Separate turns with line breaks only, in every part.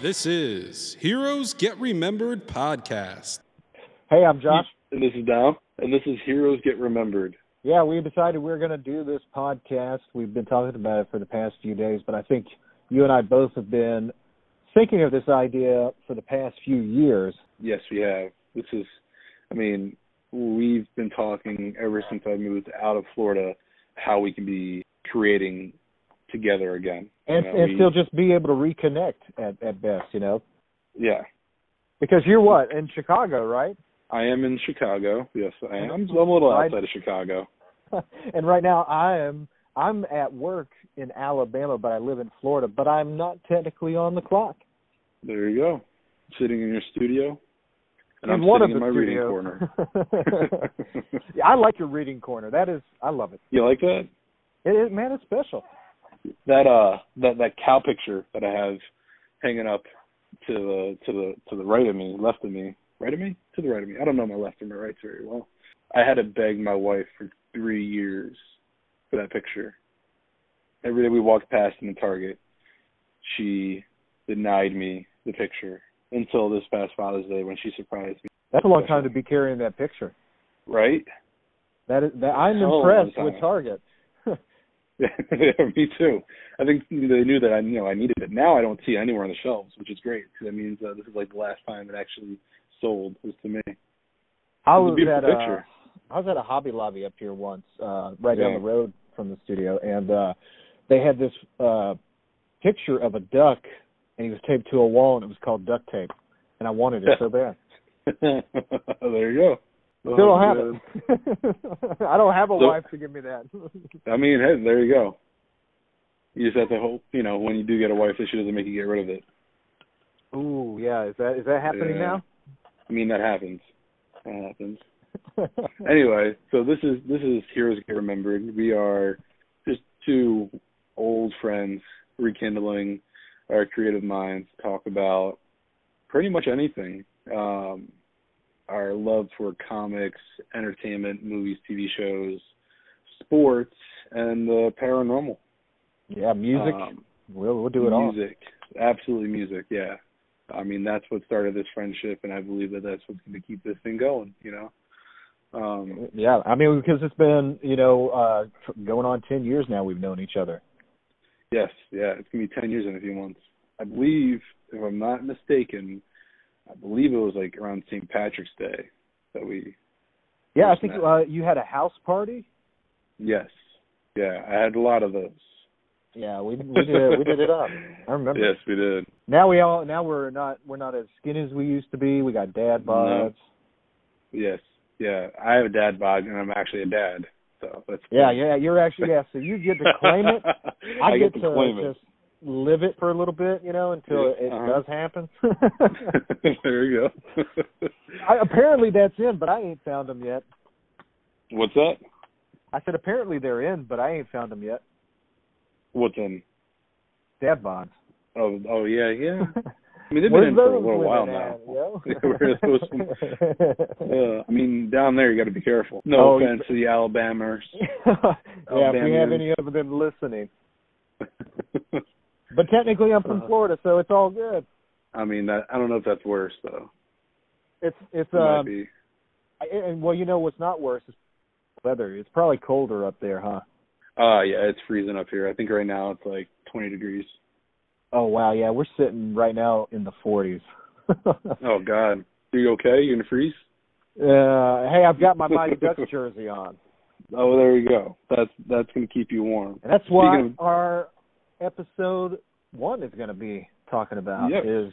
This is Heroes Get Remembered podcast.
Hey, I'm Josh.
And this is Dom. And this is Heroes Get Remembered.
Yeah, we decided we are going to do this podcast. We've been talking about it for the past few days, but I think you and I both have been thinking of this idea for the past few years.
Yes, we have. This is, I mean, we've been talking ever since I moved out of Florida how we can be creating together again.
And,
You know,
and
we-
still just be able to reconnect at, at best, you know?
yeah.
Because you're what? In Chicago, right?
I am in Chicago. Yes, I am.
I'm
I'm a little
right-
outside of Chicago.
and right now I am I'm at work in Alabama, but I live in Florida, but I'm not technically on the clock.
There you go. Sitting in your studio.
in
And I'm
one
sitting
of
in
the
my reading
studios.
corner.
yeah, I like your reading corner. That is I love it.
you like that?
It is man, it's special.
That uh that that cow picture that I have hanging up to the to the to the right of me, left of me. Right of me? To the right of me. I don't know my left and my rights very well. I had to beg my wife for three years for that picture. Every day we walked past in the Target, she denied me the picture until this past Father's Day when she surprised me.
That's a long time to be carrying that picture.
Right?
That is that I'm
Hell of a long
impressed with
time.
Target.
Yeah, me too. I think they knew that I, you know, I needed it. Now I don't see it anywhere on the shelves, which is great because that means uh, this is like the last time it actually sold was to me.
I
It's a
was
beautiful
at uh,
picture.
I was at a Hobby Lobby up here once, uh, right down
Yeah.
the road from the studio, and uh, they had this uh, picture of a duck, and he was taped to a wall, and it was called duct tape, and I wanted it so bad.
there you go.
Still
Oh,
don't have
man.
it. I don't have a
So-
wife to give me that.
I mean, hey, there you go. You just have to hope, you know, when you do get a wife, that she doesn't make you get rid of it.
Ooh, yeah. Is that is that happening
Yeah.
now?
I mean, that happens. That happens. anyway, so this is this is Heroes Get Remembered. We are just two old friends rekindling our creative minds to talk about pretty much anything. Um, our love for comics, entertainment, movies, TV shows, sports, and the paranormal.
yeah, music.
Um,
we'll we'll do it all.
music, absolutely music. Yeah, I mean that's what started this friendship, and I believe that that's what's going to keep this thing going. You know. Um,
Yeah, I mean because it's been you know uh, tr- going on ten years now we've known each other.
Yes, yeah, it's gonna be ten years in a few months. I believe, if I'm not mistaken, I believe it was like around St. Patrick's Day that we.
Yeah, I
Yes,
think
Matt.
uh, you had a house party.
Yes, yeah, I had a lot of those.
Yeah, we we did we did it up. I remember.
Yes, we did.
Now we all now we're not we're not as skinny as we used to be. We got dad
No.
bods.
Yes, yeah, I have a dad bod, and I'm actually a dad, so that's.
Yeah, yeah, you're actually yeah. So you get to claim it. I,
I
get,
get to
to
claim it.
just live it for a little bit, you know, until
Yeah,
it
uh-huh.
does happen.
there you go.
I, apparently that's in, but I ain't found them yet.
What's that?
I said apparently they're in, but I ain't found them yet.
What's in?
Dad bods.
Oh, oh yeah, yeah. I mean, they've
Where's
been in for a
those
little
women
while
at,
now.
yo?
They were those ones. Uh, I mean, down there you got to be careful. No
Oh, you-
offense to the Alabamers.
yeah, if we have
Alabamians.
any of them listening. But technically, I'm from
Uh-huh.
Florida, so it's all good.
I mean, that, I don't know if that's worse though.
It's it's
It might
um,
be.
I- and well, you know what's not worse is weather. It's probably colder up there, huh?
Uh yeah, it's freezing up here. I think right now it's like 20 degrees.
Oh wow, yeah, we're sitting right now in the Uh, 40s.
Oh God, are you okay? You gonna freeze?
Uh, hey, I've got my Mighty Ducks jersey on,
Oh, there you go. That's that's gonna keep you warm.
and that's why
Speaking of-
our episode one is going to be talking about
Yep.
is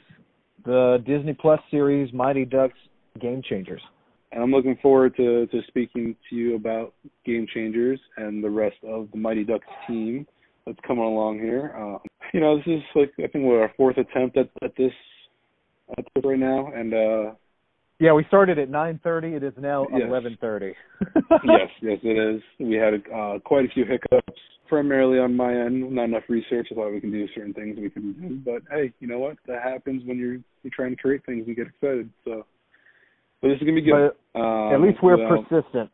the Disney Plus series Mighty Ducks Game Changers.
And I'm looking forward to to speaking to you about Game Changers and the rest of the Mighty Ducks team that's coming along here. Um, you know, this is like I think what our fourth attempt at, at this at this right now, and uh
Yeah, we started at 9:30. It is now
Yes.
11:30.
yes, yes, it is. We had uh, quite a few hiccups, primarily on my end. Not enough research is why we can do certain things we can do. But hey, you know what? That happens when you're you're trying to create things and get excited. So, but this is gonna be good. um,
At least we're
without-
persistent.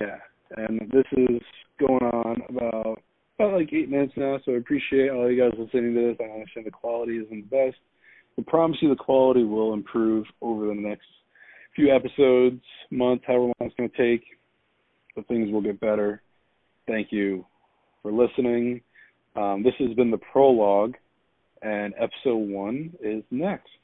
yeah, and this is going on about about like eight minutes now. So I appreciate all you guys listening to this. I understand the quality isn't the best. We promise you the quality will improve over the next few episodes, month, however long it's going to take. But things will get better. Thank you for listening. Um, this has been the prologue, and episode one is next.